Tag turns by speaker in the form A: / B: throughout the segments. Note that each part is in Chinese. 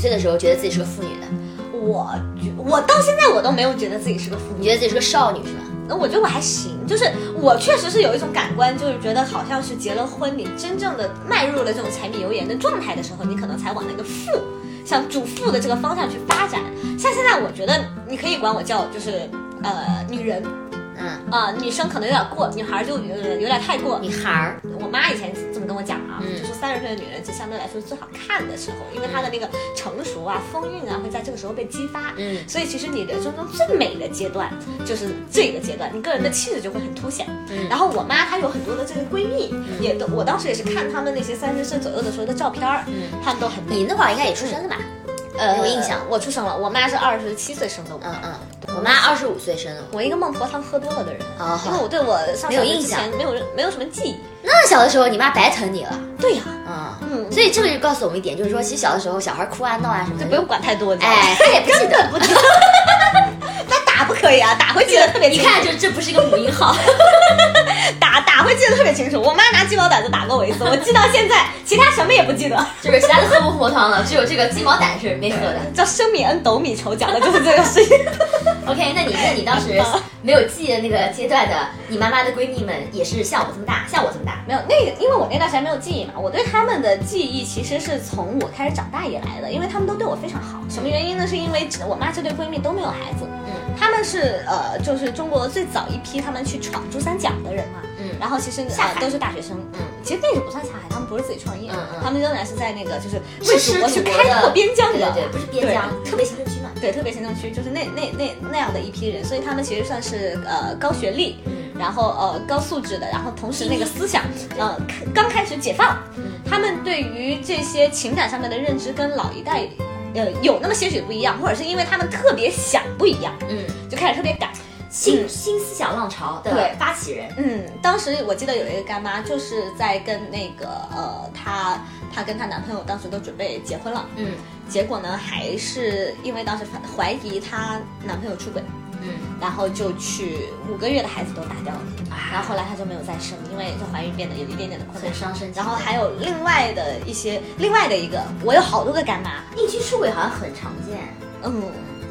A: 岁的时候觉得自己是个妇女的？
B: 我觉我到现在我都没有觉得自己是个妇
A: 你
B: 女，
A: 觉得自己是个少女是吧？
B: 那我觉得我还行，就是我确实是有一种感官，就是觉得好像是结了婚，你真正的迈入了这种柴米油盐的状态的时候，你可能才往那个富，像主妇的这个方向去发展。像现在，我觉得你可以管我叫就是呃女人
A: 嗯，
B: 啊、女生可能有点过，女孩儿就有有点太过。
A: 女孩儿，
B: 我妈以前这么跟我讲啊，
A: 嗯
B: 就说三十岁的女人是相对来说是最好看的时候，因为她的那个成熟啊、风韵啊会在这个时候被激发。
A: 嗯
B: 所以其实你人生中最美的阶段就是这个阶段，你个人的气质就会很凸显。
A: 嗯
B: 然后我妈她有很多的这个闺蜜，也都我当时也是看她们那些三十岁左右的时候的照片儿，
A: 嗯，
B: 她们都很美。
A: 你那会儿应该也出生了吧？
B: 呃
A: 有印象
B: 我出生了，我妈是二十七岁生的我。
A: 嗯嗯，我妈二十五岁生的我。
B: 我一个孟婆汤喝多了的人，
A: 哦好
B: 因为我对我上
A: 没有
B: 小学
A: 印
B: 之前没有没有什么记忆。
A: 那么小的时候，你妈白疼你了。
B: 对呀、
A: 嗯，
B: 嗯，
A: 所以这个就告诉我们一点，就是说，其实小的时候，小孩哭啊、闹啊什么的，
B: 就不用管太多，你知道吗
A: 哎，他也不记
B: 根
A: 得。
B: 本 不知道。他打不可以啊，打会记得特别
A: 一
B: 清楚。
A: 看就这不是一个母婴号。
B: 打打会记得特别清楚。我妈拿鸡毛掸子打过我一次，我记到现在，其他什么也不记得。
A: 就是其他的喝不喝汤了，只有这个鸡毛掸是没喝的。
B: 叫升米恩斗米仇，讲的就是这个事情。
A: OK，那你那你当时没有记忆的那个阶段的，你妈妈的闺蜜们也是像我这么大，像我这么大。
B: 没有那个，因为我那段时间没有记忆嘛，我对他们的记忆其实是从我开始长大以来的，因为他们都对我非常好。什么原因呢？是因为我妈这对闺蜜都没有孩子，
A: 嗯
B: 她们是呃，就是中国最早一批他们去闯珠三角的人嘛。
A: 嗯
B: 然后其实
A: 下海
B: 呃都是大学生，
A: 嗯，
B: 其实那个不算下海，他们不是自己创业，
A: 嗯嗯
B: 他们仍然是在那个就是
A: 是
B: 为
A: 是
B: 祖国去开拓边疆
A: 对
B: 的，
A: 对对，不是边疆，特别行政区嘛。
B: 对，特别行政区就是那那那那样的一批人，所以他们其实算是呃高学历，
A: 嗯
B: 然后呃高素质的，然后同时那个思想
A: 对
B: 呃开刚开始解放，
A: 嗯
B: 他们对于这些情感上面的认知跟老一代呃有那么些许不一样，或者是因为他们特别想不一样，
A: 嗯，
B: 就开始特别赶。
A: 新新思想浪潮的
B: 嗯对
A: 发起人。
B: 嗯，当时我记得有一个干妈，就是在跟那个呃，她她跟她男朋友当时都准备结婚了，
A: 嗯
B: 结果呢还是因为当时怀疑她男朋友出轨，
A: 嗯，
B: 然后就去五个月的孩子都打掉了，然后后来她就没有再生，因为这怀孕变得有一点点的困难
A: 很。伤身。
B: 然后还有另外的一些，另外的一个，我有好多个干妈，
A: 应激出轨好像很常见
B: 嗯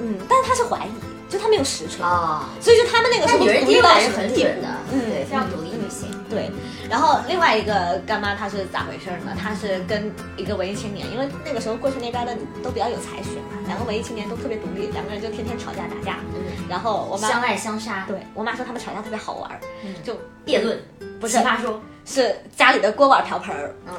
B: 嗯，但是她是怀疑，就她没有实锤，
A: 哦。
B: 所以就他们那个时
A: 那
B: 候
A: 女人
B: 独
A: 第一
B: 立到
A: 感是
B: 什么
A: 很
B: 地步
A: 准的，
B: 嗯，
A: 对，非常独立女性。
B: 对，然后另外一个干妈她是咋回事儿呢？她是跟一个文艺青年，因为那个时候过去那边的都比较有才学嘛，两个文艺青年都特别独立，两个人就天天吵架打架。
A: 嗯，
B: 然后我
A: 相
B: 妈
A: 爱相杀，
B: 对我妈说他们吵架特别好玩儿，
A: 嗯
B: 就
A: 辩论，
B: 不
A: 奇
B: 是
A: 葩说。
B: 是家里的锅碗瓢盆儿
A: 嗯，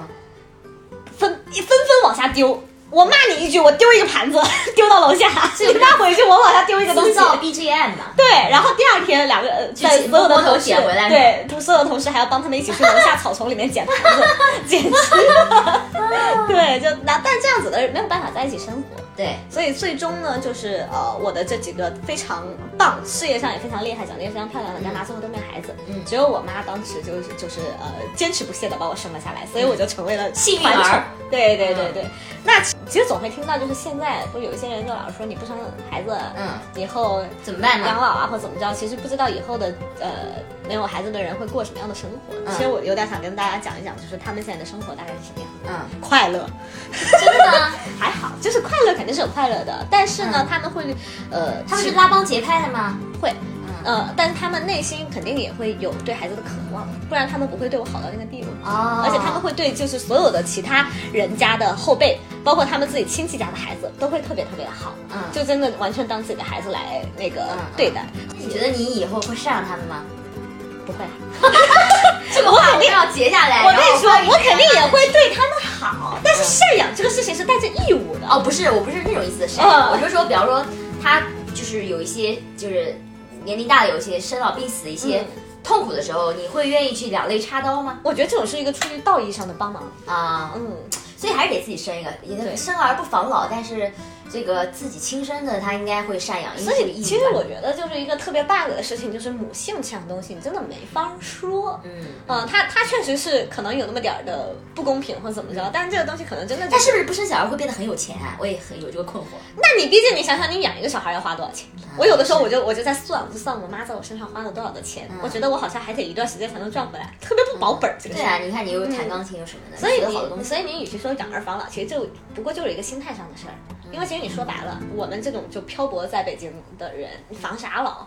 B: 纷一纷纷往下丢。我骂你一句，我丢一个盘子，丢到楼下。
A: 这个
B: 你骂我一句，我往下丢一个东
A: 制
B: 西。
A: 造 BGM 嘛。
B: 对，然后第二天两个呃，
A: 举起
B: 在所有的
A: 摸头
B: 同事
A: 捡回来
B: 对，同所有的同事还要帮他们一起去楼下草丛里面捡盘子， 捡吃的。 对，就那但这样子的人没有办法在一起生活，
A: 对，
B: 所以最终呢，就是呃，我的这几个非常棒、事业上也非常厉害、长得也非常漂亮的干妈，最后都没有孩子。
A: 嗯
B: 只有我妈当时就是就是呃坚持不懈的把我生了下来，所以我就成为了
A: 嗯幸运
B: 传
A: 儿嗯
B: 承。对对对对，那其其实总会听到就是现在不是有一些人就老是说你不生孩子，
A: 嗯，
B: 以后
A: 怎么办
B: 养
A: 呢？
B: 老啊，或怎么着，其实不知道以后的呃没有孩子的人会过什么样的生活。
A: 嗯
B: 其实我有点想跟大家讲一讲，就是他们现在的生活大概是什么样的。
A: 嗯，
B: 快乐
A: 真的 吗？
B: 还好，就是快乐肯定是有快乐的，但是呢，他们会呃，
A: 嗯他们
B: 其
A: 是
B: 实
A: 拉帮结派的吗？
B: 会
A: 嗯，
B: 呃，但是他们内心肯定也会有对孩子的渴望，不然他们不会对我好到那个地步。
A: 哦，
B: 而且他们会对就是所有的其他人家的后辈，包括他们自己亲戚家的孩子，都会特别特别的好，
A: 嗯
B: 就真的完全当自己的孩子来那个
A: 嗯
B: 对待，
A: 你觉得你以后会赡养他们吗？嗯
B: 不会。
A: 这个话我要截下来。
B: 我跟你说
A: 然后，
B: 我肯定也
A: 发给你
B: 会对他们好，但是赡养这个事情是带着义务的。
A: 哦，不是，我不是那种意思的赡
B: 嗯
A: 养，我就说，比方说他就是有一些就是年龄大的，有一些生老病死的一些
B: 嗯
A: 痛苦的时候，你会愿意去两肋插刀吗？
B: 我觉得这种是一个出于道义上的帮忙。
A: 啊，
B: 嗯，
A: 所以还是给自己生一个，也能
B: 对
A: 生而不防老，但是这个自己亲生的他应该会赡养，因为
B: 所
A: 是个义
B: 以
A: 务
B: 其实
A: 吧
B: 我觉得就是一个特别 bug 的事情，就是母性这样东西，你真的没法说。
A: 嗯。
B: 嗯，它它确实是可能有那么点儿的不公平或怎么着，但是这个东西可能真的、就
A: 但是嗯不是不生小孩会变得很有钱啊？我也很有这个困惑。
B: 那你毕竟你想想，你养一个小孩要花多少钱？
A: 嗯
B: 我有的时候我就我就在算，我就算我妈在我身上花了多少的钱，
A: 嗯
B: 我觉得我好像还得一段时间才能赚回来，特别不保本儿。这个
A: 对
B: 事情
A: 啊，你看你又弹钢琴又什么的，
B: 所以
A: 学了好多东
B: 你，
A: 西。
B: 所以你与其说养儿防老，其实就不过就是一个心态上的事儿。因为其实你说白了，我们这种就漂泊在北京的人，你防啥老？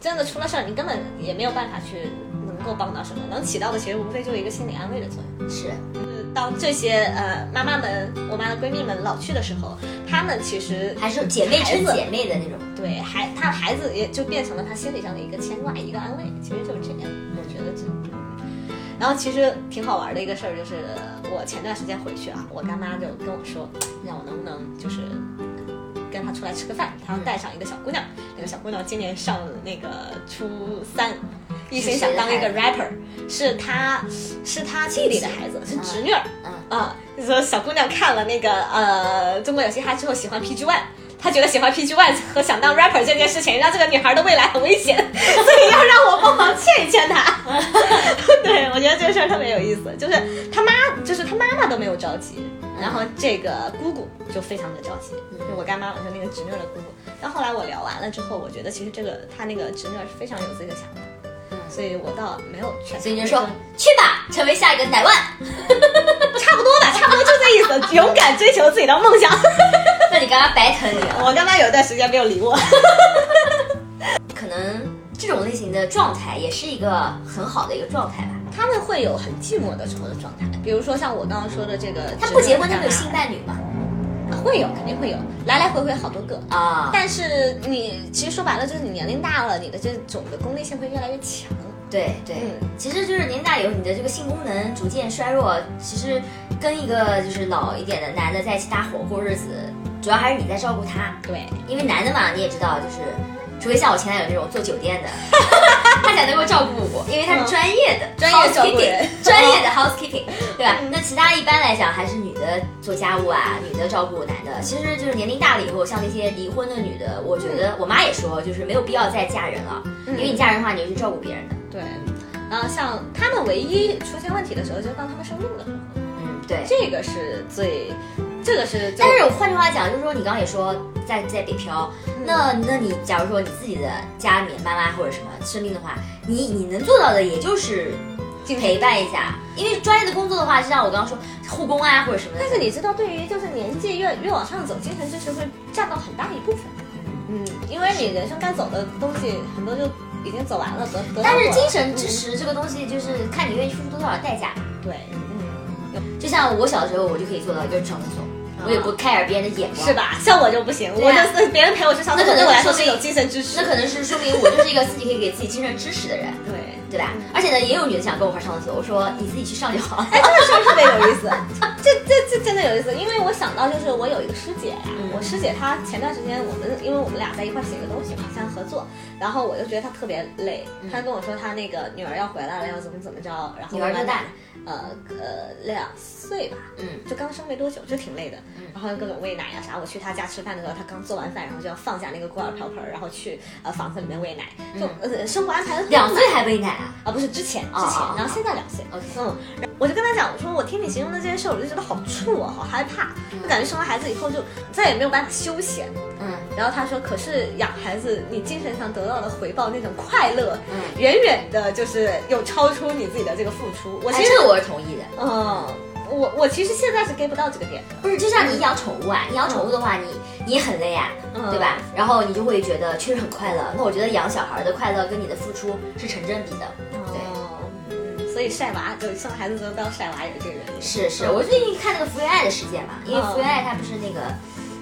B: 真的出了事儿，你根本也没有办法去能够帮到什么，能起到的其实无非就是一个心理安慰的作用。
A: 是
B: 就是当这些呃妈妈们、我妈的闺蜜们老去的时候，她们其实
A: 还是姐妹
B: 孩
A: 撑
B: 子
A: 姐妹的那种。
B: 对孩她孩子也就变成了她心理上的一个牵挂、一个安慰，其实就是这样。我觉得这。然后其实挺好玩的一个事儿，就是我前段时间回去啊，我干妈就跟我说，让我能不能就是跟她出来吃个饭，她要带上一个小姑娘，那个小姑娘今年上那个初三，一心想当一个
A: 是谁的
B: rapper，是她是她弟弟的孩子，是侄女儿，
A: 嗯，
B: 啊，你说小姑娘看了那个呃《中国有嘻哈》之后喜欢 PG One，她觉得喜欢 PG One 和想当 rapper 这件事情让这个女孩的未来很危险， 所以要让我帮忙劝一劝她。 对，我觉得这个事儿特别有意思，就是她妈，就是她妈妈都没有着急，然后这个姑姑就非常的着急，
A: 嗯
B: 就我干妈，我说那个侄女儿的姑姑。但后来我聊完了之后，我觉得其实这个她那个侄女儿是非常有自己的想法，所以我倒没有劝她。
A: 嗯所以你就说去吧，成为下一个奶万。
B: 差不多吧，差不多就这意 思，勇敢追求自己的梦想。
A: 那你刚刚白疼你了。
B: 我干妈有一段时间没有理我。
A: 可能这种类型的状态也是一个很好的一个状态吧。
B: 他们会有很寂寞的时候的状态，比如说像我刚刚说的这个，
A: 他不结婚，他
B: 没
A: 没有性伴侣嘛？
B: 会有肯定会有，来来回回好多个。
A: 啊，
B: 但是你其实说白了，就是你年龄大了，你的这种的功利性会越来越强。
A: 对对，
B: 嗯
A: 其实就是年龄大以后，你的这个性功能逐渐衰弱，其实跟一个就是老一点的男的在一起搭伙过日子，主要还是你在照顾他，
B: 对，
A: 因为男的嘛，你也知道，就是除非像我前男友那种做酒 店的，他才能够照顾我，因为他是专业的，
B: 专业照顾人嗯
A: housekeeping，专 业的 housekeeping，对吧？那其他一般来讲还是女的做家务啊，女的照顾男的。其实就是年龄大了以后，像那些离婚的女的，我觉得我妈也说，就是没有必要再嫁人了，
B: 嗯
A: 因为你嫁人的话，你就去照顾别人的。
B: 对。嗯然后像他们唯一出现问题的时候，就是当他们生病的时候，
A: 嗯，对。
B: 这个是最，这个是就。
A: 但是换句话讲，就是说你刚刚也说在在北漂，那那你假如说你自己的家里面妈妈或者什么生病的话，你你能做到的也就是
B: 敬
A: 陪伴一下，因为专业的工作的话，就像我刚刚说护工啊或者什么的，
B: 但是你知道，对于就是年纪越越往上走，精神支持会占到很大一部分。嗯，因为你人生该走的东西很多就已经走完了，得得到
A: 但
B: 过
A: 是
B: 了
A: 精神支持这个东西，就是看你愿意付出多少代价。
B: 对，嗯，啊
A: 就像我小的时候，我就可以做到一个人上厕所，我也不 care 别人的眼光，
B: 是？吧？像我就不行，
A: 对啊
B: 我就是别人陪我去上厕
A: 那可
B: 所，
A: 能
B: 对我来说
A: 说
B: 是
A: 明
B: 一种精神支持。
A: 那可能是说明我就是一个自己可以给自己精神支持的人，
B: 对，
A: 对吧？而且呢，也有女的想跟我一块上厕所，我说你自己去上就好了。
B: 哎，这个事儿特别有意思，这这这真的有意思，因为我想到就是我有一个师姐呀、
A: 嗯
B: 我师姐她前段时间我们因为我们俩在一块儿写个东西嘛，像合作，然后我就觉得她特别累，她跟我说她那个女儿要回来了，要怎么怎么着，然
A: 嗯
B: 后
A: 女儿多大？
B: 呃呃，两岁吧，
A: 嗯，
B: 就刚生没多久，就挺累的。然后各种喂奶呀、啊啥。我去他家吃饭的时候，他刚做完饭，然后就要放下那个锅碗瓢盆儿，然后去呃房子里面喂奶，就、呃生活安排得很
A: 嗯两岁
B: 满
A: 还喂奶啊？
B: 啊，不是之前之前，
A: 哦哦哦
B: 然后现在两岁。
A: OK
B: 嗯，然后我就跟他讲，我说我听你形容的这些事儿，我就觉得好怵啊，好害怕，就感觉生完孩子以后就再也没有办法休闲。
A: 嗯，
B: 然后他说，可是养孩子，你精神上得到的回报那种快乐，
A: 嗯
B: 远远的就是有超出你自己的这个付出。我
A: 哎，
B: 其实
A: 这个我是同意的。
B: 嗯，我我其实现在是 get 不到这个点的。
A: 不是，就像你养宠物啊，你养宠物的话，你你也很累啊，
B: 嗯
A: 对吧？然后你就会觉得确实很快乐。那我觉得养小孩的快乐跟你的付出是成正比的，对。
B: 哦，嗯所以晒娃就生孩子之后不要晒娃也是这个原因。
A: 是是，我最近看那个福原爱的事件嘛，因为
B: 嗯
A: 福原爱她不是那个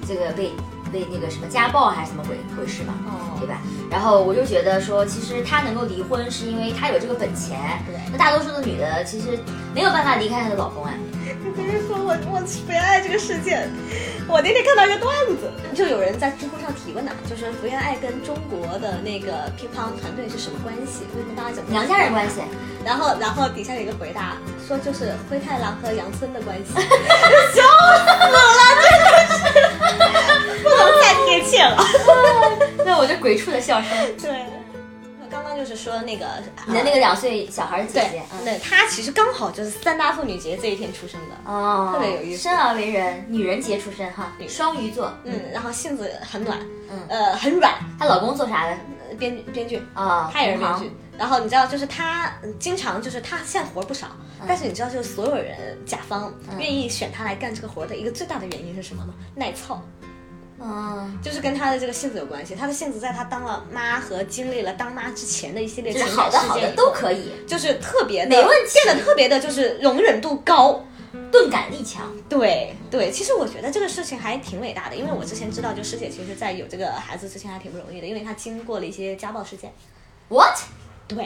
A: 这个被被那个什么家暴还是怎么回回事嘛，
B: 哦
A: 对吧？然后我就觉得说，其实她能够离婚是因为她有这个本钱。
B: 对
A: 那大多数的女的其实没有办法离开她的老公啊，
B: 你别说我我福原爱这个事件，我那天看到一个段子，就有人在知乎上提问呢，就是福原爱跟中国的那个乒乓团队是什么关系？为什么大家讲
A: 娘家人关系。
B: 然后然后底下有一个回答说就是灰太狼和杨森的关 系，笑死了，真的是不能再贴切了。
A: 那我就鬼畜的笑声。
B: 对，刚刚就是说那个呃
A: 你的那个两岁小孩的姐
B: 对
A: 姐，嗯，
B: 对，她其实刚好就是三大妇女节这一天出生的。
A: 哦，
B: 特别有意思
A: 生而为人，女人节出身哈，
B: 对
A: 双鱼座，
B: 嗯，然后性子很暖，
A: 嗯
B: 呃，很软，
A: 她老公做啥的？
B: 呃编剧编剧，
A: 啊、
B: 她也是
A: 同
B: 编
A: 行
B: 剧。然后你知道，就是她嗯经常就是她现在活儿不少，
A: 嗯
B: 但是你知道，就是所有人甲方愿意选她来干这个活儿的一个最大的原因是什么吗？耐操。
A: 嗯，
B: 就是跟她的这个性子有关系。她的性子在她当了妈和经历了当妈之前的一系列
A: 就
B: 情
A: 是
B: 感
A: 好的
B: 事
A: 好的
B: 件，
A: 都可以，
B: 就是特别的
A: 没问题
B: 变得特别的就是容忍度高。
A: 钝感力强。
B: 对对，其实我觉得这个事情还挺伟大的，因为我之前知道，就师姐其实，在有这个孩子之前还挺不容易的，因为她经过了一些家暴事件。
A: What？
B: 对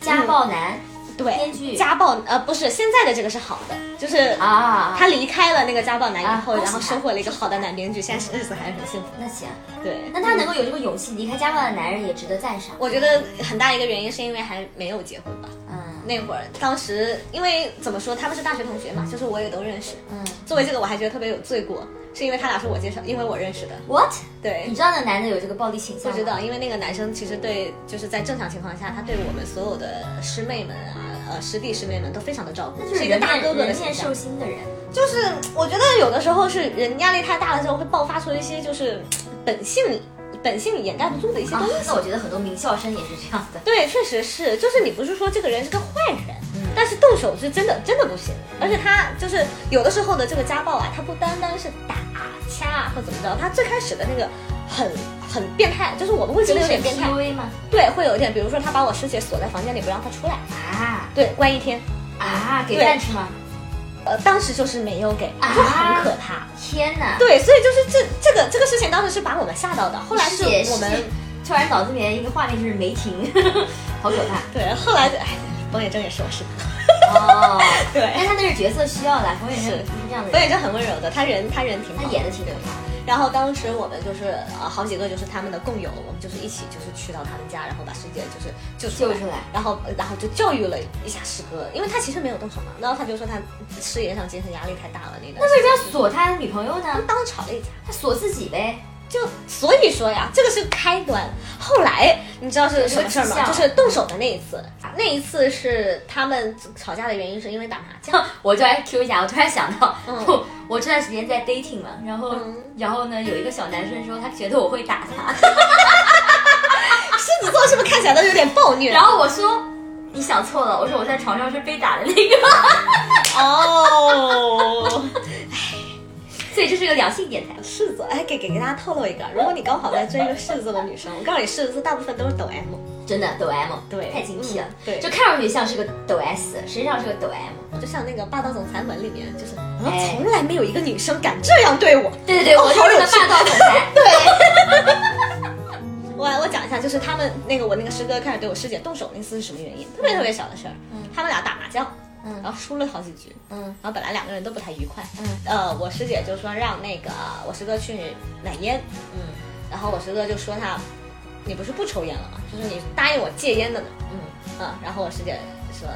B: 嗯
A: 家暴男
B: 对，
A: 编剧
B: 家暴呃不是现在的这个是好的，就是
A: 啊，
B: 他离开了那个家暴男以后，
A: 啊
B: 然后收获了一个好的男编剧，现在日子还是很幸福。
A: 那行，
B: 对，嗯
A: 那他能够有这个勇气离开家暴的男人也值得赞赏。
B: 我觉得很大一个原因是因为还没有结婚吧。
A: 嗯
B: 那会儿，当时因为怎么说，他们是大学同学嘛，就是我也都认识。
A: 嗯
B: 作为这个，我还觉得特别有罪过，是因为他俩是我介绍，因为我认识的。
A: ，What？
B: 对
A: 你，知道那男的有这个暴力倾向吗？
B: 不知道，因为那个男生其实对，就是在正常情况下，他对我们所有的师妹们啊，呃师弟师妹们都非常的照顾，
A: 就是
B: 一个
A: 人
B: 大
A: 面
B: 哥哥的
A: 人
B: 形
A: 面
B: 象
A: 兽。心的人。
B: 就是我觉得有的时候是人压力太大了之后会爆发出一些就是本性本性掩盖不住的一些
A: 啊
B: 东西。，
A: 那我觉得很多名校生也是这样的。
B: 对，确实是，就是你不是说这个人是个坏人，
A: 嗯
B: 但是动手是真的真的不行，而且他就是有的时候的这个家暴啊，他不单单是打掐啊或怎么着，他最开始的那个很很变态，就是我们会觉得有点变态，
A: PUA 吗？
B: 对，会有一点，比如说他把我师姐锁在房间里不让她出来，
A: 啊
B: 对，关一天，
A: 啊，给
B: 对
A: 饭吃吗？
B: 呃，当时就是没有给，
A: 啊
B: 就很可怕。
A: 天哪！
B: 对，所以就是这这个这个事情当时是把我们吓到的，后来是
A: 师姐
B: 我们
A: 师姐突然脑子里面一个画面就是梅婷， 好可怕。
B: 对，后来哎，冯远征也是我 师哥，
A: 哦，但
B: 对，
A: 他那是角色需要啦，冯远征
B: 是
A: 不是这样的
B: 冯
A: 人，
B: 远征很温柔的，他人他人挺好
A: 他演的挺可怕的。
B: 然后当时我们就是呃好几个就是他们的共友，我们就是一起就是去到他们家，然后把师姐就是救出来，
A: 救出来
B: 然后然后就教育了一下师哥，因为他其实没有动手嘛，然后他就说他事业上精神压力太大了那段
A: 那
B: 时间，
A: 为什么要锁他女朋友
B: 他
A: 呢
B: 们？当哎时吵了一架。
A: 他锁自己呗。
B: 就所以说呀，这个是开端。后来你知道是什么事儿
A: 什么迹
B: 吗？
A: 象
B: 就是动手的那一次，那一次是他们吵架的原因是因为打麻将。
A: 我突然 Q 一下，我突然想到，
B: 嗯
A: 我我这段时间在 dating 嘛，然后、
B: 嗯
A: 然后呢，有一个小男生说他觉得我会打他，
B: 啊狮子座是不是看起来都有点暴虐？啊
A: 然后我说你想错了，我说我在床上是被打的那个，
B: 哦，
A: 所以这是个良性电台。
B: 狮子座，哎，给给给大家透露一个，如果你刚好在追一个狮子座的女生，我告诉你，狮子座大部分都是抖 M。
A: 真的抖 M，
B: 对
A: 太精辟了，
B: 嗯对
A: 就看上去像是个抖 S，实际上是个抖 M。
B: 就像那个《霸道总裁们》里面，就是、啊
A: 哎
B: 从来没有一个女生敢这样对我。
A: 对对对，
B: 哦
A: 我就
B: 好
A: 是
B: 有
A: 个
B: 趣
A: 霸道总裁。
B: 我我讲一下，就是他们那个我那个师哥开始对我师姐动手那次是什么原因？特别特别小的事儿，他们俩打麻将，
A: 嗯
B: 然后输了好几局，
A: 嗯
B: 然后本来两个人都不太愉快，
A: 嗯
B: 呃，我师姐就说让那个我师哥去买烟，
A: 嗯
B: 然后我师哥就说他，你不是不抽烟了吗？就是你答应我戒烟的呢，
A: 嗯
B: 嗯，然后我师姐说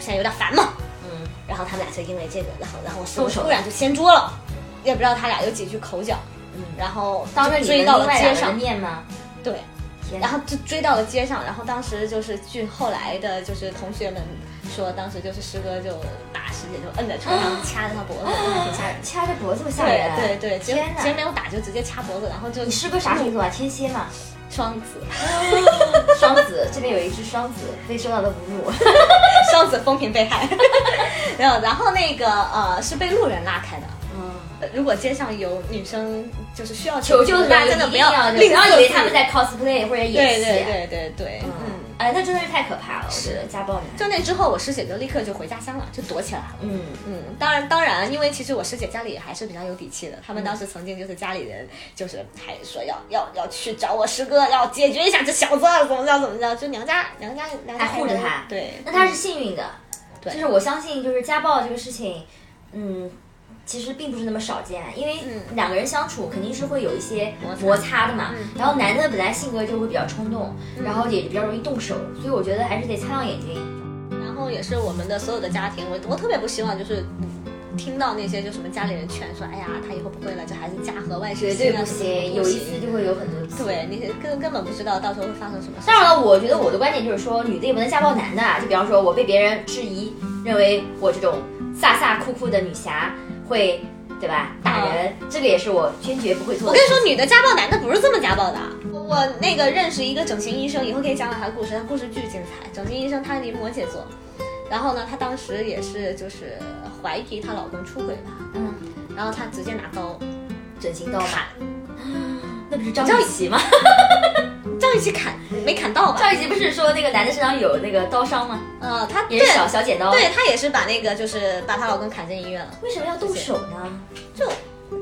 B: 现在有点烦嘛，
A: 嗯，
B: 然后他们俩就因为这个，然后然后我师哥
A: 动手
B: 突然就掀桌了，也不知道他俩有几句口角，
A: 嗯
B: 然后
A: 当着
B: 就
A: 你
B: 追
A: 们
B: 到
A: 另
B: 了
A: 外
B: 街
A: 两个人
B: 上，
A: 面吗？
B: 对。
A: 天
B: 然后就追到了街上，然后当时就是据后来的就是同学们说，当时就是师哥就把师姐就摁在床上掐着她脖子，还挺吓人。
A: 掐着脖子么吓人。
B: 对对对，其实
A: 天哪
B: 其实没有打，就直接掐脖子，然后就
A: 你师哥啥星座啊？天蝎嘛，
B: 双子，
A: 双子这边有一只双子被受到了侮 辱。
B: 双子风评被害。没有，然后那个呃是被路人拉开的。
A: 嗯，
B: 呃如果街上有女生就是需要
A: 求救的
B: 大家
A: 人
B: 真的
A: 一
B: 不
A: 定要
B: 要
A: 不要
B: 吝啬
A: 以为他
B: 自
A: 们
B: 己
A: 在 cosplay 或者演
B: 对
A: 戏。
B: 对对对对，嗯。
A: 嗯，哎，那真的是太可怕了，我觉得家暴男。
B: 就那之后，我师姐就立刻就回家乡了，就躲起来了。
A: 嗯，
B: 嗯，当然当然，因为其实我师姐家里还是比较有底气的，他
A: 嗯
B: 们当时曾经就是家里人就是还说要要要去找我师哥，要解决一下这小子怎么着怎么着，就娘家娘家娘家
A: 还护着他
B: 对，
A: 那他是幸运的，
B: 嗯对
A: 就是我相信，就是家暴这个事情，嗯，其实并不是那么少见，因为
B: 嗯
A: 两个人相处肯定是会有一些
B: 摩擦
A: 摩擦的嘛。
B: 嗯
A: 然后男的本来性格就会比较冲动，然后也比较容易动手，所以我觉得还是得擦亮眼睛。
B: 嗯然后也是我们的所有的家庭，我我特别不希望就是。听到那些就什么家里人劝说，哎呀，他以后不会了，这孩子家和万事
A: 绝对
B: 兴啊
A: 不
B: 什么什么
A: 行，
B: 不
A: 有一次就会有很多次。
B: 对，你根根本不知道到时候会发生什么事。
A: 当然了，我觉得我的观点就是说，女的也不能家暴男的啊。就比方说，我被别人质疑，认为我这种飒飒酷酷的女侠会，对吧？打人，这个也是我坚决不会做
B: 嗯我
A: 的
B: 跟
A: 事情。
B: 你说，女的家暴男的不是这么家暴的。我那个认识一个整形医生，以后可以讲讲他的故事，他故事巨精彩。整形医生他是摩羯座，然后呢，她当时也是就是怀疑她老公出轨吧，
A: 嗯，
B: 然后她直接拿刀
A: 整形刀嘛。
B: 砍，
A: 那不是张雨绮吗？
B: 张雨绮砍没砍到吧？
A: 张雨绮不是说那个男的身上有那个刀伤吗？
B: 呃，她
A: 也是
B: 对
A: 小小剪刀。
B: 对，她也是把那个就是把她老公砍进医院了，
A: 为什么要动手呢？
B: 就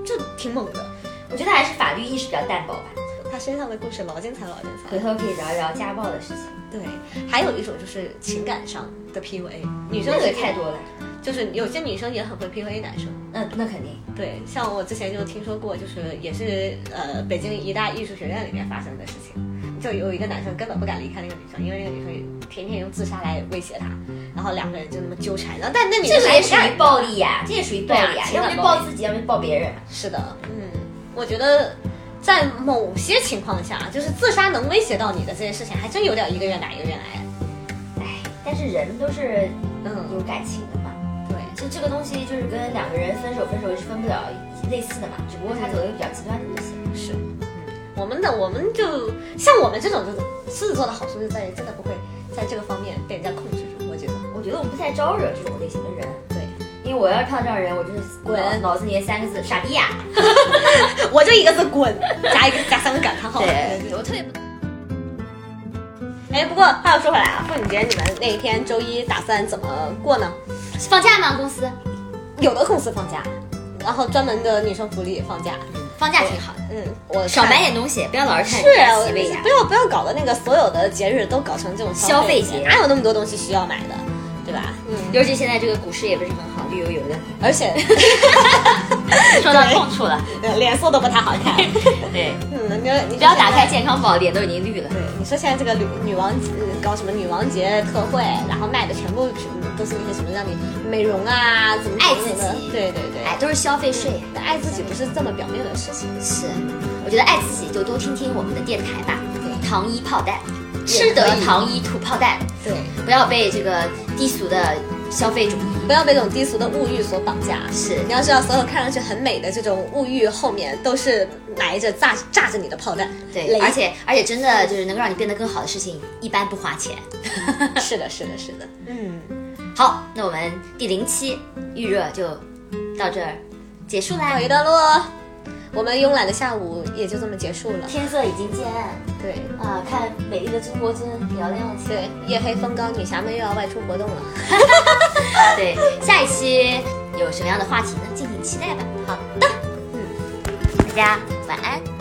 B: 就挺猛的。
A: 我觉得还是法律意识比较淡薄吧。
B: 她身上的故事老精彩，老精彩
A: 回。头可以聊一聊家暴的事情，
B: 对，还有一种就是情感上的 PUA，女生
A: 这
B: 也
A: 个太多了。
B: 就是有些女生也很会 PUA 男生。
A: 嗯，那肯定。
B: 对，像我之前就听说过，就是也是呃北京一大艺术学院里面发生的事情，就有一个男生根本不敢离开那个女生，因为那个女生天天用自杀来威胁他，然后两个人就那么纠缠，然后但那女
A: 这
B: 的
A: 个
B: 还
A: 也属
B: 是
A: 于暴力呀、这也属于暴力
B: 对
A: 呀、
B: 啊
A: 要么就暴自己，要么就暴别人嘛。
B: 是的，嗯，我觉得在某些情况下，就是自杀能威胁到你的这件事情，还真有点一个愿打一个愿挨。
A: 哎，但是人都是
B: 嗯，
A: 有感情的嘛。
B: 对，
A: 就这个东西，就是跟两个人分手，分手是分不了类似的嘛，只不过他走的比较极端的路线。
B: 是，嗯，我们的我们就像我们这种就是狮子座的好处就在于真的不会在这个方面被人家控制住，我觉得。
A: 我觉得我不太招惹这种类型的人，
B: 对，
A: 因为我要是碰到这样的人，我就是
B: 滚
A: 脑脑子里面三个字：傻逼呀、
B: 我就一个字滚，加一个加三个感叹号。
A: 对
B: 我特别不。哎，不过话又说回来啊，妇女节你们那一天周一打算怎么过呢？
A: 放假吗？公司
B: 有的公司放假，然后专门的女生福利也放假。
A: 放假挺好的，
B: 嗯，我
A: 少
B: 看
A: 买点东西，不要老是看
B: 是啊，我
A: 人家洗胃呀
B: 不。要不要搞得那个所有的节日都搞成这种
A: 消费节
B: 哪有那么多东西需要买的，对吧？嗯，
A: 尤其现在这个股市也不是很好，绿油油的，
B: 而且
A: 说到痛处了。
B: 脸色都不太好 看。
A: 对，
B: 嗯，你说你
A: 只要打开。健康宝，脸都已经绿了。
B: 对，你说现在这个女女王节嗯搞什么女王节特惠，然后卖的全部全部都是那些什么让你美容啊，怎么
A: 爱
B: 怎
A: 自
B: 么的
A: 己
B: 对对对，
A: 哎，都是消费税。
B: 但爱自己不是这么表面的事情，
A: 是，我觉得爱自己就多听听我们的电台吧。
B: 对
A: 糖衣炮弹，
B: 也
A: 吃
B: 可
A: 得
B: 以
A: 糖衣吐炮弹，
B: 对，
A: 不要被这个低俗的消费主义。
B: 不要被这种低俗的物欲所绑架。
A: 是
B: 你要知道，所有看上去很美的这种物欲后面都是埋着炸炸着你的炮 弹，
A: 对，
B: 雷
A: 而且而且真的就是能够让你变得更好的事情，一般不花钱。
B: 是的，是的，是的，嗯，
A: 好，那我们第零期预热就到这儿结束啦
B: 有。一段落，我们慵懒的下午也就这么结束了。
A: 天色已经渐暗，
B: 对
A: 啊、看美丽的中国真嘹亮起
B: 对，夜黑风高，女侠们又要外出活动了。
A: 对， 下一期有什么样的话题呢？敬请期待吧。好的，嗯，大家晚安。